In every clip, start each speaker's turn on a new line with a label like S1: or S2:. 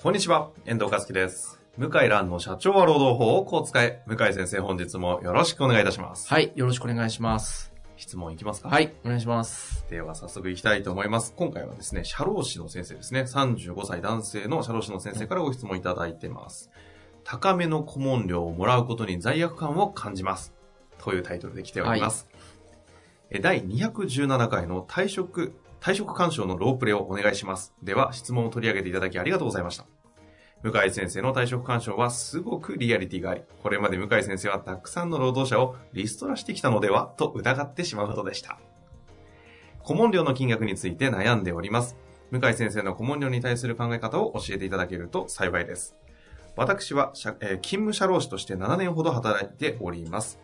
S1: こんにちは、遠藤和樹です。向井蘭の社長は労働法をこう使え。向井先生、本日もよろしくお願いいたします。
S2: はい、よろしくお願いします。
S1: 質問いきますか
S2: はい、お願いします。
S1: では、早速いきたいと思います。今回はですね、社労士の先生ですね。35歳男性の社労士の先生からご質問いただいてます。高めの顧問料をもらうことに罪悪感を感じます。というタイトルで来ております。え第217回の退職、退職勧奨のロープレをお願いします。では、質問を取り上げていただきありがとうございました。向井先生の退職勧奨はすごくリアリティがあり、これまで向井先生はたくさんの労働者をリストラしてきたのではと疑ってしまうほどでした。顧問料の金額について悩んでおります。向井先生の顧問料に対する考え方を教えていただけると幸いです。私は社、えー勤務社労士として7年ほど働いております。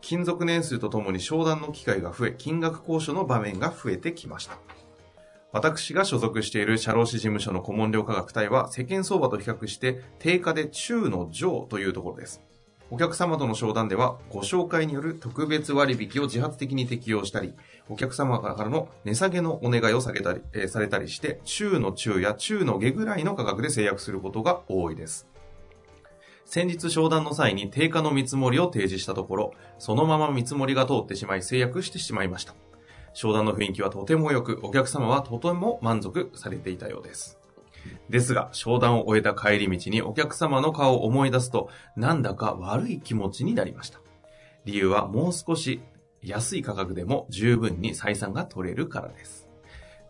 S1: 勤続年数とともに商談の機会が増え、金額交渉の場面が増えてきました。私が所属している社労士事務所の顧問料価格帯は世間相場と比較して定価で中の上というところです。お客様との商談ではご紹介による特別割引を自発的に適用したり、お客様からの値下げのお願いを下げたり、えーされたりして、中の中や中の下ぐらいの価格で制約することが多いです。先日商談の際に定価の見積もりを提示したところ、そのまま見積もりが通ってしまい制約してしまいました。商談の雰囲気はとても良く、お客様はとても満足されていたようです。ですが、商談を終えた帰り道にお客様の顔を思い出すと、なんだか悪い気持ちになりました。理由はもう少し安い価格でも十分に採算が取れるからです。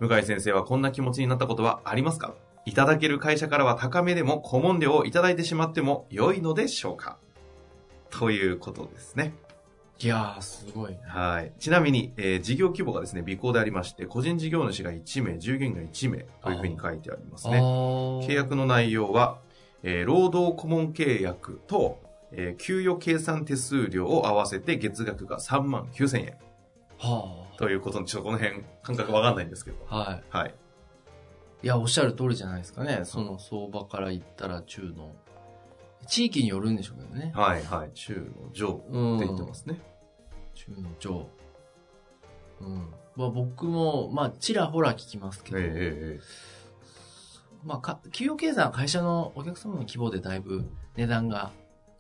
S1: 向井先生はこんな気持ちになったことはありますかいただける会社からは高めでも顧問料をいただいてしまっても良いのでしょうかということですね。
S2: いやー、すごいね。
S1: はい。ちなみに、えー事業規模がですね、微行でありまして、個人事業主が1名、従業員が1名というふうに書いてありますね。契
S2: 契
S1: 約の内容は、えー労働顧問契約と、えー給与計算手数料を合わせて月額が3万9000円
S2: は
S1: ということで、ちょっとこの辺感覚わかんないんですけど。
S2: あ。は
S1: はい。
S2: い。いや、おっしゃる通りじゃないですかね。その相場から言ったら中の。地域によるんでしょうけどね。
S1: はいはい。中の上って
S2: うん。
S1: 言ってますね。
S2: 中の上。うん。まあ僕も、まあちらほら聞きますけ
S1: え
S2: ど。
S1: ええええ
S2: まあか、給与計算は会社のお客様の規模でだいぶ値段が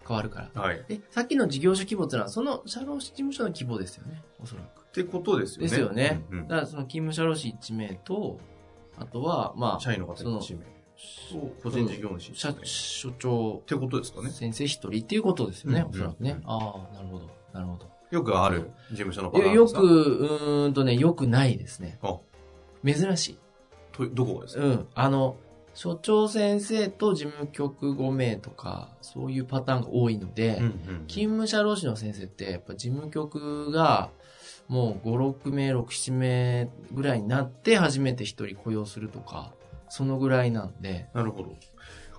S2: 変わるから。
S1: えはい。っ
S2: え、さっきの事業所規模ってのは、その社労士事務所の規模ですよね。おそらく。
S1: てことですよね。
S2: ですよね
S1: うんうん
S2: だからその勤務者労使1名と、あとは、まあ、
S1: 社員の方1名。個人事業主
S2: 社
S1: っ
S2: 所長、
S1: てことですかね。
S2: 先生1人っていうことですよね、
S1: うん
S2: おそらくね。
S1: うん
S2: ああ、なるほど、なるほど。
S1: よくある事務所のパター
S2: よ
S1: ンで
S2: よ
S1: すか
S2: く、。うーんとね、よくないですね。
S1: あ
S2: 珍しい。
S1: とどこがですか
S2: うん。あの、所長先生と事務局5名とか、そういうパターンが多いので、
S1: うん
S2: 勤務者労使の先生って、やっぱ事務局が、もう5、6名、6、7名ぐらいになって、初めて一人雇用するとか、そのぐらいなんで、
S1: なるほど。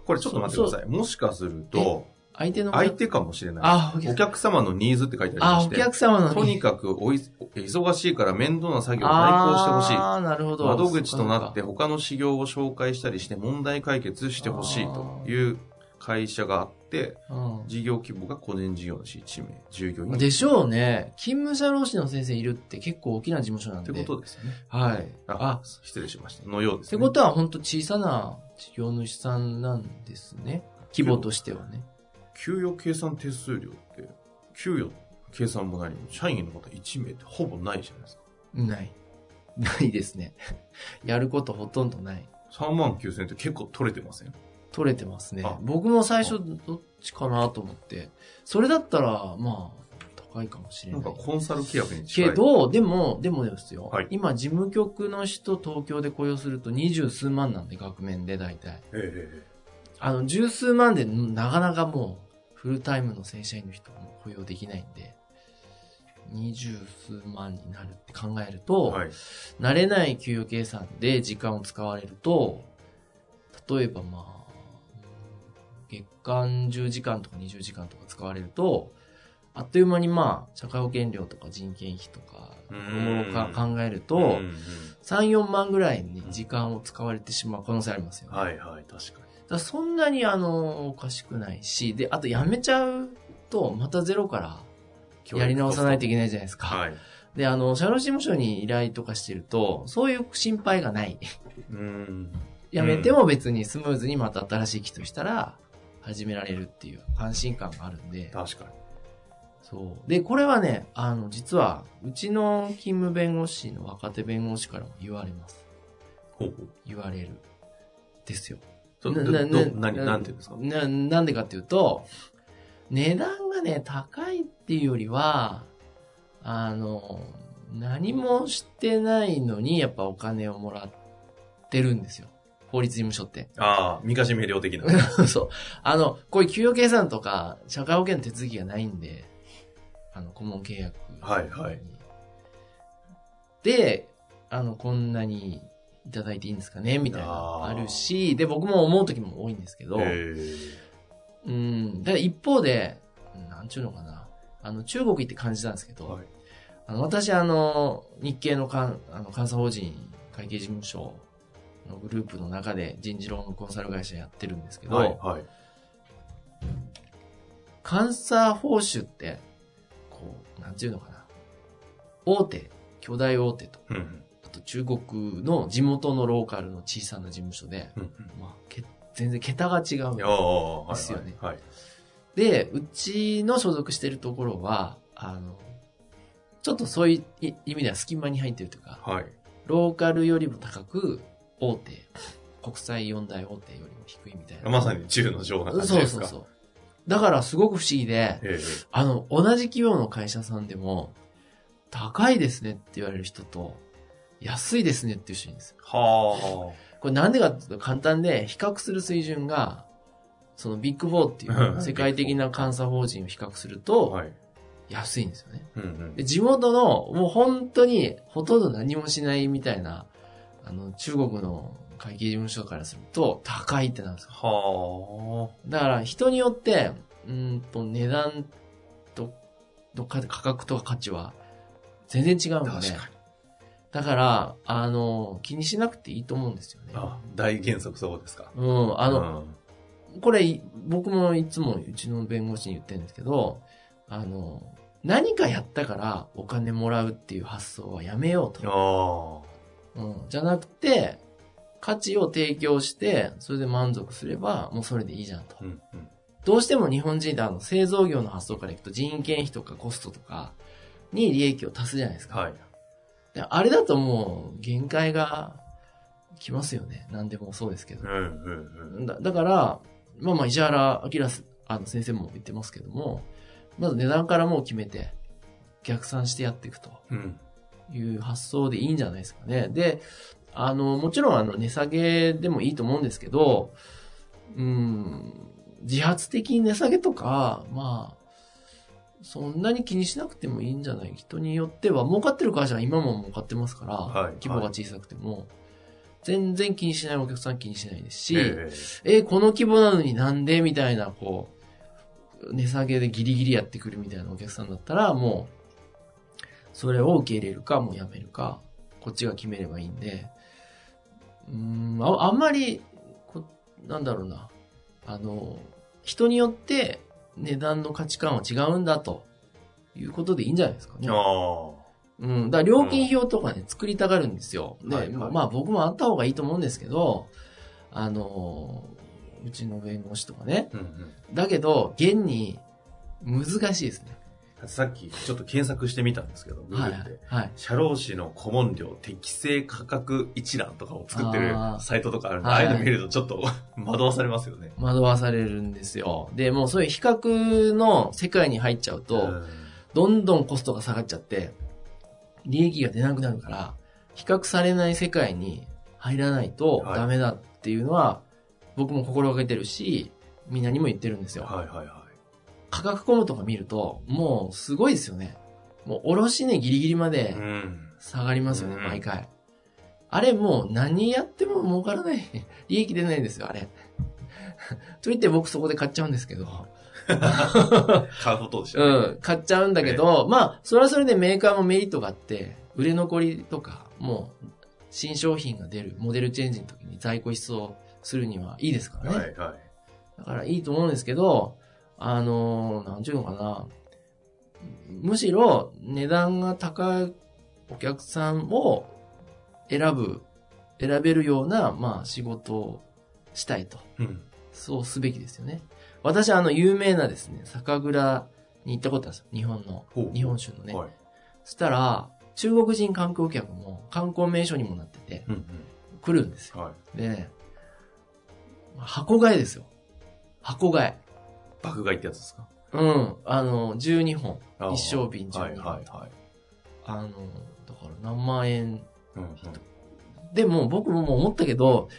S1: これちょっと待ってください。もしかすると、
S2: 相手の。
S1: 相手かもしれない。
S2: あ、お
S1: お
S2: 客様。
S1: 客様のニーズって書いてあ
S2: あ、
S1: り
S2: お
S1: まして、
S2: 客様の。
S1: とにかくおい忙しいから面倒な作業を代行してほしい。
S2: ああ、なるほど。
S1: 窓口となって
S2: そうか
S1: 他の事業を紹介したりして問題解決してほしいという会社があって、
S2: そうか
S1: 事業規模が個人事業主1名、従業
S2: うん。
S1: 員。
S2: でしょうね。勤務者労使の先生いるって結構大きな事務所なん
S1: って
S2: で。
S1: ことですよね。
S2: はい。
S1: あ
S2: あ、、
S1: 失礼しました。のようで
S2: っ
S1: す
S2: て
S1: ね。
S2: ことは本当小さな事業主さんなんですね。規模としてはね。
S1: 給与計算手数料って、給与計算も何も、社員の方1名ってほぼないじゃないですか。
S2: ない。 ないですね。 やることほとんどない。
S1: 3万9000って結構取れてません
S2: 取れてますね
S1: あ。
S2: 僕も最初どっちかなと思って。それだったら、まあ、高いかもしれ
S1: な
S2: なん
S1: か
S2: い。
S1: コンサル契約に近い。
S2: けど、でも、でもですよ。
S1: はい
S2: 今、事務局の人東京で雇用すると二十数万なんで、額面で大体。
S1: ええ、え
S2: あの、十数万で、なかなかもう、フルタイムの正社員の人も雇用できないんで。二十数万になるって考えると、
S1: はい。
S2: 慣れない給与計算で時間を使われると、例えばまあ、月間10時間とか20時間とか使われると、あっという間にまあ、社会保険料とか人件費とか、
S1: う
S2: も
S1: ん
S2: ろもろか考える
S1: うん
S2: と
S1: う、ん
S2: 3、4万ぐらいに時間を使われてしまう可能性ありますよね。だか
S1: はいはい、確か
S2: らそんなにあの、おかしくないし、で、あとやめちゃうと、またゼロから
S1: に。
S2: やり直さないとい
S1: け
S2: けないじゃないですか。
S1: はい。
S2: で、あの、社労事務所に依頼とかしてると、そういう心配がない。
S1: うん。
S2: やめても別にスムーズにまた新しい機としたら、始められるっていう安心感があるんで。
S1: 確かに。
S2: そう。で、これはね、あの、実は、うちの勤務弁護士の若手弁護士からも言われます。
S1: ほうほう。
S2: 言われる。ですよ。
S1: そ
S2: な
S1: どど
S2: なな
S1: 何、
S2: な
S1: なんていうんですか
S2: な、なんでかっていうと、値段がね、高いっていうよりは、あの、何もしてないのに、やっぱお金をもらってるんですよ。法律事務所って。
S1: ああ、見かし明瞭的 な。
S2: そう。あの、こういう給与計算とか、社会保険の手続きがないんで、あの、顧問契約に。
S1: はいはい
S2: で、あの、こんなにいただいていいんですかねみたいな、
S1: あ
S2: あ
S1: ー
S2: るし、で、僕も思う時も多いんですけど、
S1: え
S2: うん。だから一方で、なんちゅうのかな。あの、中国行って感じたんですけ
S1: え
S2: ど、
S1: はい。
S2: あの、私、あの、日系のかんあの監査法人会計事務所のグループの中で人事労務コンサル会社やってるんですけど、
S1: はい。はい。
S2: 監査報酬って、こう、なんていうのかな。大手、巨大大手と、
S1: うんうん。
S2: あと中国の地元のローカルの小さな事務所で、
S1: うんうん
S2: まあ、け全然桁が違う
S1: い。やあ、はい。
S2: ですよね
S1: はい。
S2: で、うちの所属してるところは、あの、ちょっとそういうい意味では隙間に入ってるというか、
S1: はい。
S2: ローカルよりも高く、大手、国際四大大手よりも低いみたいな。
S1: まさに中の上な感じ
S2: そう
S1: です
S2: そう
S1: か。
S2: そうう。だからすごく不思議で、
S1: え
S2: あの、同じ企業の会社さんでも、高いですねって言われる人と、安いですねっていう人いるんですよ。
S1: えは
S2: これなんでかっていうと簡単で、比較する水準が、そのビッグフォーっていううん世界的な監査法人を比較する
S1: あ。
S2: と、
S1: はい。
S2: 安いんですよね。
S1: うんうん
S2: で地元の、もう本当にほとんど何もしないみたいな、あの、中国の会計事務所からすると、高いってなんですよ
S1: は
S2: だから人によって、うーんと値段と、とか価格とか価値は全然違う
S1: あ。
S2: ので、
S1: 確かに。
S2: だから、あの、気にしなくていいと思うんですよね。
S1: あ大原則そうですか。
S2: うん、あの、
S1: の、
S2: これ、い僕もいつもうちの弁護士に言ってるんですけど、あの、何かやったからお金もらうっていう発想はやめようと。
S1: あ
S2: うん、じゃなくて、価値を提供して、それで満足すれば、もうそれでいいじゃんと
S1: あ。。うんうん。
S2: どうしても日本人ってあの製造業の発想からいくと人件費とかコストとかに利益を足すじゃないですか。
S1: はい。
S2: であれだともう限界が来ますよね。何でもそうですけど
S1: うん。うんうん。
S2: だだから、まあまあ石原明すあの先生も言ってますけども、まず値段からもう決めて逆算してやっていくと
S1: うん。
S2: いう発想でいいんじゃないですかね。で、あの、もちろんあの値下げでもいいと思うんですけど、うん、自発的に値下げとか、まあ、そんなに気にしなくてもいいんじゃない人によっては、儲かってる会社は今も儲かってますから、
S1: はい
S2: 規模が小さくても、全然気にしないお客さん気にしないですし、
S1: え
S2: えこの規模なのになんでみたいな、こう、値下げでギリギリやってくるみたいなお客さんだったら、もう、それを受け入れるか、もうやめるか、こっちが決めればいいんで、うーん、ああんまりこ、なんだろうな、あの、人によって値段の価値観は違うんだと、いうことでいいんじゃないですか
S1: え
S2: ね。
S1: あ
S2: うん。だから料金表とかね、作りたがるんですよ。で、
S1: はいはい
S2: まあ僕もあった方がいいと思うんですけど、あのー、うちの弁護士とかね。
S1: あ。うん
S2: だけど、現に難しいですね。
S1: うん。さっきちょっと検索してみたんですけど、グ
S2: はい
S1: o
S2: は
S1: で
S2: い。。はい。
S1: 社労士の顧問料適正価格一覧とかを作ってる
S2: あー
S1: サイトとかあるんで、あ
S2: は
S1: あ
S2: い
S1: いうの見るとちょっと 惑わされますよね。
S2: 惑わされるんですよ。で、もうそういう比較の世界に入っちゃうと、
S1: ん
S2: どんどんコストが下がっちゃって、利益が出なくなるから、比較されない世界に入らないとダメだっていうのは、僕も心がけてるし、みんなにも言ってるんですよ。
S1: はいはいは
S2: 価格コムとか見ると、もうすごいですよね。もう、おろし値ギリギリまで
S1: うん。
S2: 下がりますよね、
S1: うん
S2: 毎回。あれもう何やっても儲からない。 利益出ないんですよ、あれ。 と言って僕そこで買っちゃうんですけど。
S1: 買うことでしたね。
S2: うん、買っちゃうんだけど、まあ、それはそれでメーカーもメリットがあって、売れ残りとか、もう、新商品が出る、モデルチェンジの時に在庫一掃するにはいいですからね。
S1: はい、はい。
S2: だからいいと思うんですけど、あのーなんていうのかな。むしろ値段が高いお客さんを選ぶ、選べるような、まあ仕事をしたいと。
S1: うん。
S2: そうすべきですよね。私、あの、有名なですね、酒蔵に行ったことあるんですよ。日本の
S1: ほう。
S2: 日本酒のね。
S1: はい。
S2: そしたら、中国人観光客も観光名所にもなってて、
S1: うん、
S2: 来るんですよ。
S1: うん。はい。
S2: で、箱買いですよ。箱買い。
S1: 爆買いってやつですか
S2: うん。あの、12本。
S1: あー
S2: 一升瓶12本。
S1: はい、はい、はい。
S2: あの、だから何万円。
S1: うん、うん。
S2: でも僕ももう思ったけど、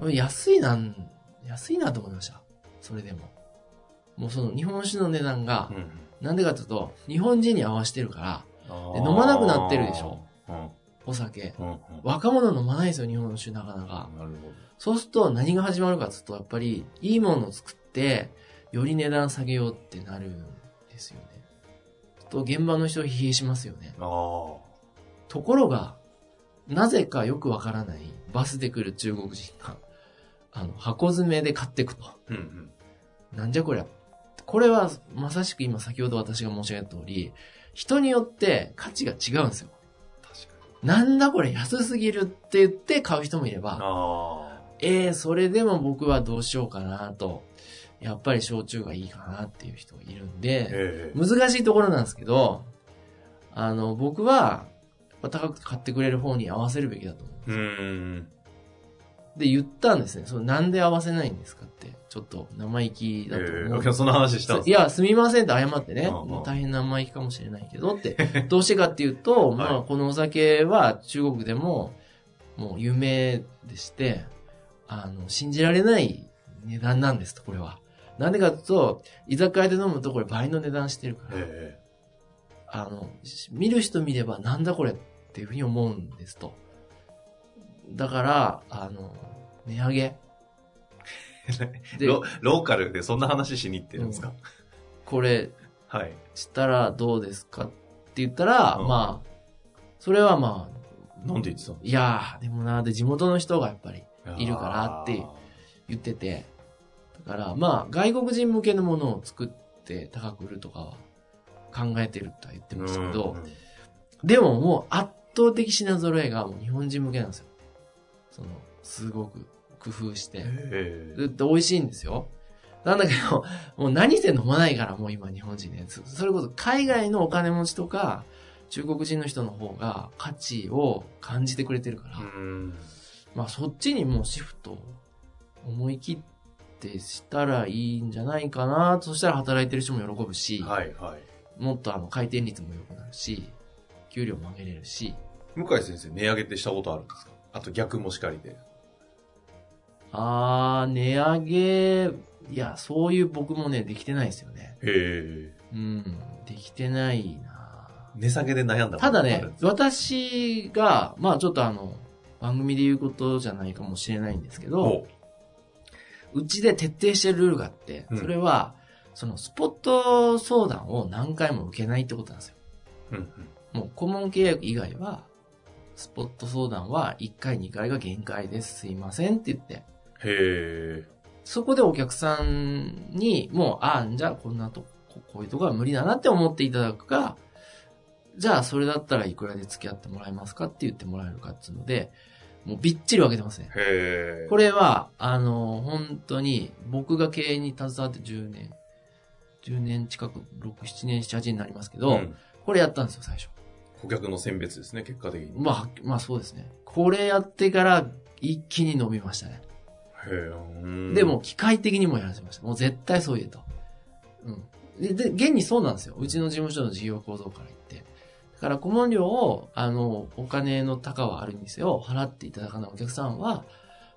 S2: 安いなん、安いなと思いました。それでも。もうその日本酒の値段が、
S1: うんうん
S2: なんでかというと、日本人に合わせてるから、
S1: あー
S2: で飲まなくなってるでしょ。
S1: うん、
S2: お酒。
S1: うん、うん。
S2: 若者飲まないですよ、日本酒なかなか。
S1: なるほど。
S2: そうすると何が始まるかっていうと、やっぱり、いいものを作って、より値段下げようってなるんですよね。そうすると現場の人疲弊しますよね。
S1: あ
S2: ところが、なぜかよくわからない、バスで来る中国人が、あの、箱詰めで買ってくと。
S1: あ。うん
S2: なんじゃこりゃ。これは、まさしく今先ほど私が申し上げた通り、人によって価値が違うんですよ。
S1: 確かに。
S2: なんだこれ安すぎるって言って買う人もいれば、
S1: あ
S2: えー、それでも僕はどうしようかなと、やっぱり焼酎がいいかなっていう人がいるん
S1: ー
S2: で、
S1: ええ
S2: 難しいところなんですけど、あの、僕は、やっぱ高く買ってくれる方に合わせるべきだと思う。
S1: うーん。
S2: で、言ったんですね。そのなんで合わせないんですかって、ちょっと生意気
S1: え
S2: だと
S1: え
S2: 思う
S1: お。客さんの話したんです
S2: いや、すみませんって謝ってね、
S1: うんうん
S2: もう大変な生意気かもしれないけど って、どうしてかっていうと、
S1: い
S2: まあ、このお酒は中国でも、もう有名でして、あの、信じられない値段なんですと、これは。なんでかというと、居酒屋で飲むとこれ倍の値段してるから、
S1: え
S2: あの、し見る人見ればなんだこれっていうふうに思うんですと。だから、あの、値上 げ。
S1: え
S2: で、
S1: ロローカルでそんな話しに行ってるんですか、
S2: これ、
S1: はい。
S2: したらどうですかって言ったら、
S1: うん
S2: まあ、それはまあ、
S1: なんで言ってたの
S2: いやー、でもなーで地元の人がやっぱりいるからっていう言ってて、だからまあ、外国人向けのものを作って高く売るとかは考えてるとは言ってますけど、
S1: うん
S2: でももう圧倒的品揃えがもう日本人向けなんですよ。その、すごく工夫して。
S1: ええ
S2: ずっと美味しいんですよ。なんだけど、もう何せ飲まないから、もう今日本人ね。そそれこそ海外のお金持ちとか、中国人の人の方が価値を感じてくれてるから、
S1: うん
S2: まあそっちにもうシフトを思い切ってしたらいいんじゃないかな。そしたら働いてる人も喜ぶし、
S1: はいはい。
S2: もっとあの回転率も良くなるし、給料も上げれるし、
S1: 向井先生、値上げってしたことあるんですかあと逆もしかりで。
S2: あー、値上げ、いや、そういう僕もね、できてないですよね。
S1: ええ
S2: うん、できてないな
S1: 値下げで悩んだこと
S2: ただ
S1: ある
S2: ね
S1: んで、す
S2: 私が、まあちょっとあの、番組で言うことじゃないかもしれないんですけど、
S1: お
S2: うちで徹底してるルールがあって
S1: う、ん
S2: それは、そのスポット相談を何回も受けないってことなんですよ。
S1: うんうん
S2: もう顧問契約以外は、スポット相談は1回2回が限界です。すいませんって言って、
S1: へえ。
S2: そこでお客さんに、もう、ああ、じゃあこんなとこ、こういうとこは無理だなって思っていただくか、じゃあそれだったらいくらで付き合ってもらえますかって言ってもらえるかっていうので、もうびっちり分けてますね。
S1: へえ。
S2: これは、あの、本当に僕が経営に携わって10年、10年近く、6、7年、7、8になりますけど、
S1: うん
S2: これやったんですよ、最初。
S1: 顧客の選別ですね、結果的に。
S2: まあ、まあそうですね。これやってから一気に伸びましたね。
S1: へえうん
S2: でも、機械的にもやらせました。もう絶対そう言えと。うん。で、で、現にそうなんですよ。うちの事務所の事業構造から言って。だから、顧問料を、あの、お金の高はあるにせよ、払っていただかないお客さんは、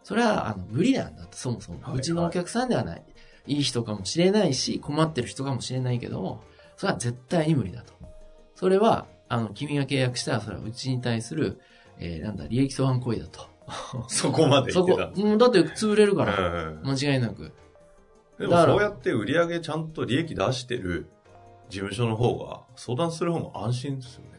S2: それは、あの、無理なんだと、そもそも。
S1: はいはいう
S2: ちのお客さんではない。いい人かもしれないし、困ってる人かもしれないけども、それは絶対に無理だと。それは、あの、君が契約したら、それはうちに対する、えーなんだ、利益相反行為だと。
S1: そこまで言
S2: そ
S1: って
S2: こ
S1: たん、です
S2: うんだって潰れるか
S1: う
S2: ら、
S1: んうん
S2: 間違いなく。
S1: で
S2: だ
S1: も
S2: から
S1: そうやって売り上げちゃんと利益出してる事務所の方が、相談する方も安心ですよね。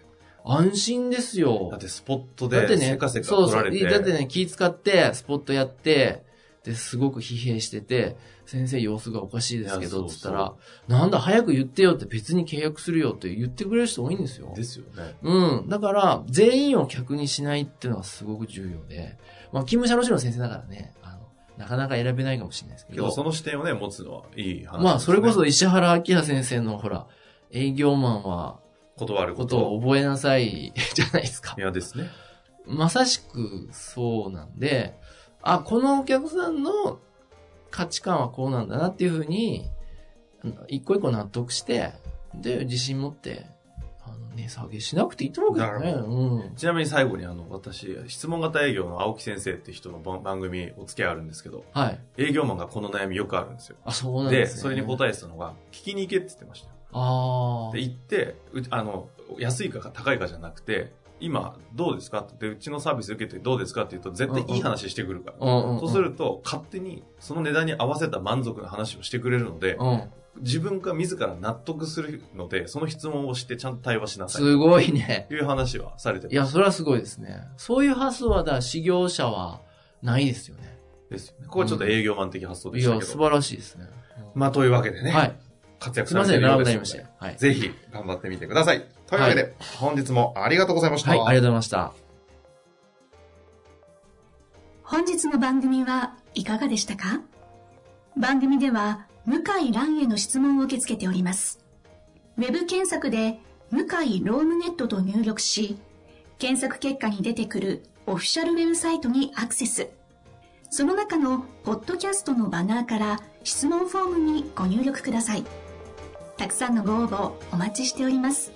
S2: 安心ですよ。
S1: だってスポット
S2: だっ
S1: で
S2: て
S1: せ
S2: ね
S1: かせ、か
S2: そ
S1: 取
S2: うそ
S1: ら
S2: う。
S1: れて。
S2: だってね、気使って、スポットやって、で、すごく疲弊してて、先生様子がおかしいですけ
S1: い
S2: ど、
S1: や
S2: つっ
S1: そ
S2: た
S1: うそう
S2: ら、なんだ、早く言ってよって別に契約するよって言ってくれる人多いんですよ。
S1: ですよね。
S2: うん。だから、全員を客にしないっていうのはすごく重要で、まあ、勤務者の師の先生だからね、あの、なかなか選べないかもしれないですけ
S1: け
S2: ど、
S1: ど、その視点をね、持つのはいい話、
S2: まあ、それこそ、石原明先生の、ほら、営業マンは、
S1: 断るこ
S2: こととを覚えなさい、じゃないですか
S1: い。やですね。
S2: まさしくそうなんで、あ、このお客さんの価値観はこうなんだなっていうふうに、あの一個一個納得して、で、自信持って、あの、ね、下げしなくていいと思うけどね。
S1: なる
S2: うん。
S1: ちなみに最後に、あの、私、質問型営業の青木先生って人の番番組お付き合いあるんですけど、
S2: はい。
S1: 営業マンがこの悩みよくあるんですよ。
S2: あ、そうなん
S1: で
S2: ですね。
S1: それに答えてたのが、聞きに行けって言ってましたよ。
S2: あ
S1: で、行って、うあの、安いか高いかじゃなくて、今、どうですかって、うちのサービス受けてどうですかって言うと、絶対いい話してくるから。
S2: あ。うんうん、うん。
S1: そうすると、勝手に、その値段に合わせた満足な話をしてくれるので、
S2: うん。
S1: 自分が自ら納得するので、その質問をしてちゃんと対話しなさい。
S2: すごいね。
S1: という話はされて
S2: いや、それはすごいですね。そういう発想は、だから、修行者はないですよね。
S1: ですよね。これちょっと営業マン的発想で
S2: い
S1: したけ
S2: や、
S1: ど。
S2: 素晴らしいですね。うん
S1: まあ、というわけでね、
S2: はい。
S1: 活躍
S2: す
S1: さ
S2: みま
S1: れてい
S2: せん、
S1: る
S2: 長
S1: よう
S2: く
S1: で
S2: な
S1: す
S2: り
S1: の
S2: ま
S1: で、
S2: した。はい。
S1: ぜひ頑張ってみてください。というわけで、本日もありがとうございました。
S2: はい、ありがとうございました。
S3: 本日の番組はいかがでしたか番組では向井蘭への質問を受け付けております。ウェブ検索で向井ロームネットと入力し、検索結果に出てくるオフィシャルウェブサイトにアクセス。その中のポッドキャストのバナーから質問フォームにご入力ください。たくさんのご応募お待ちしております。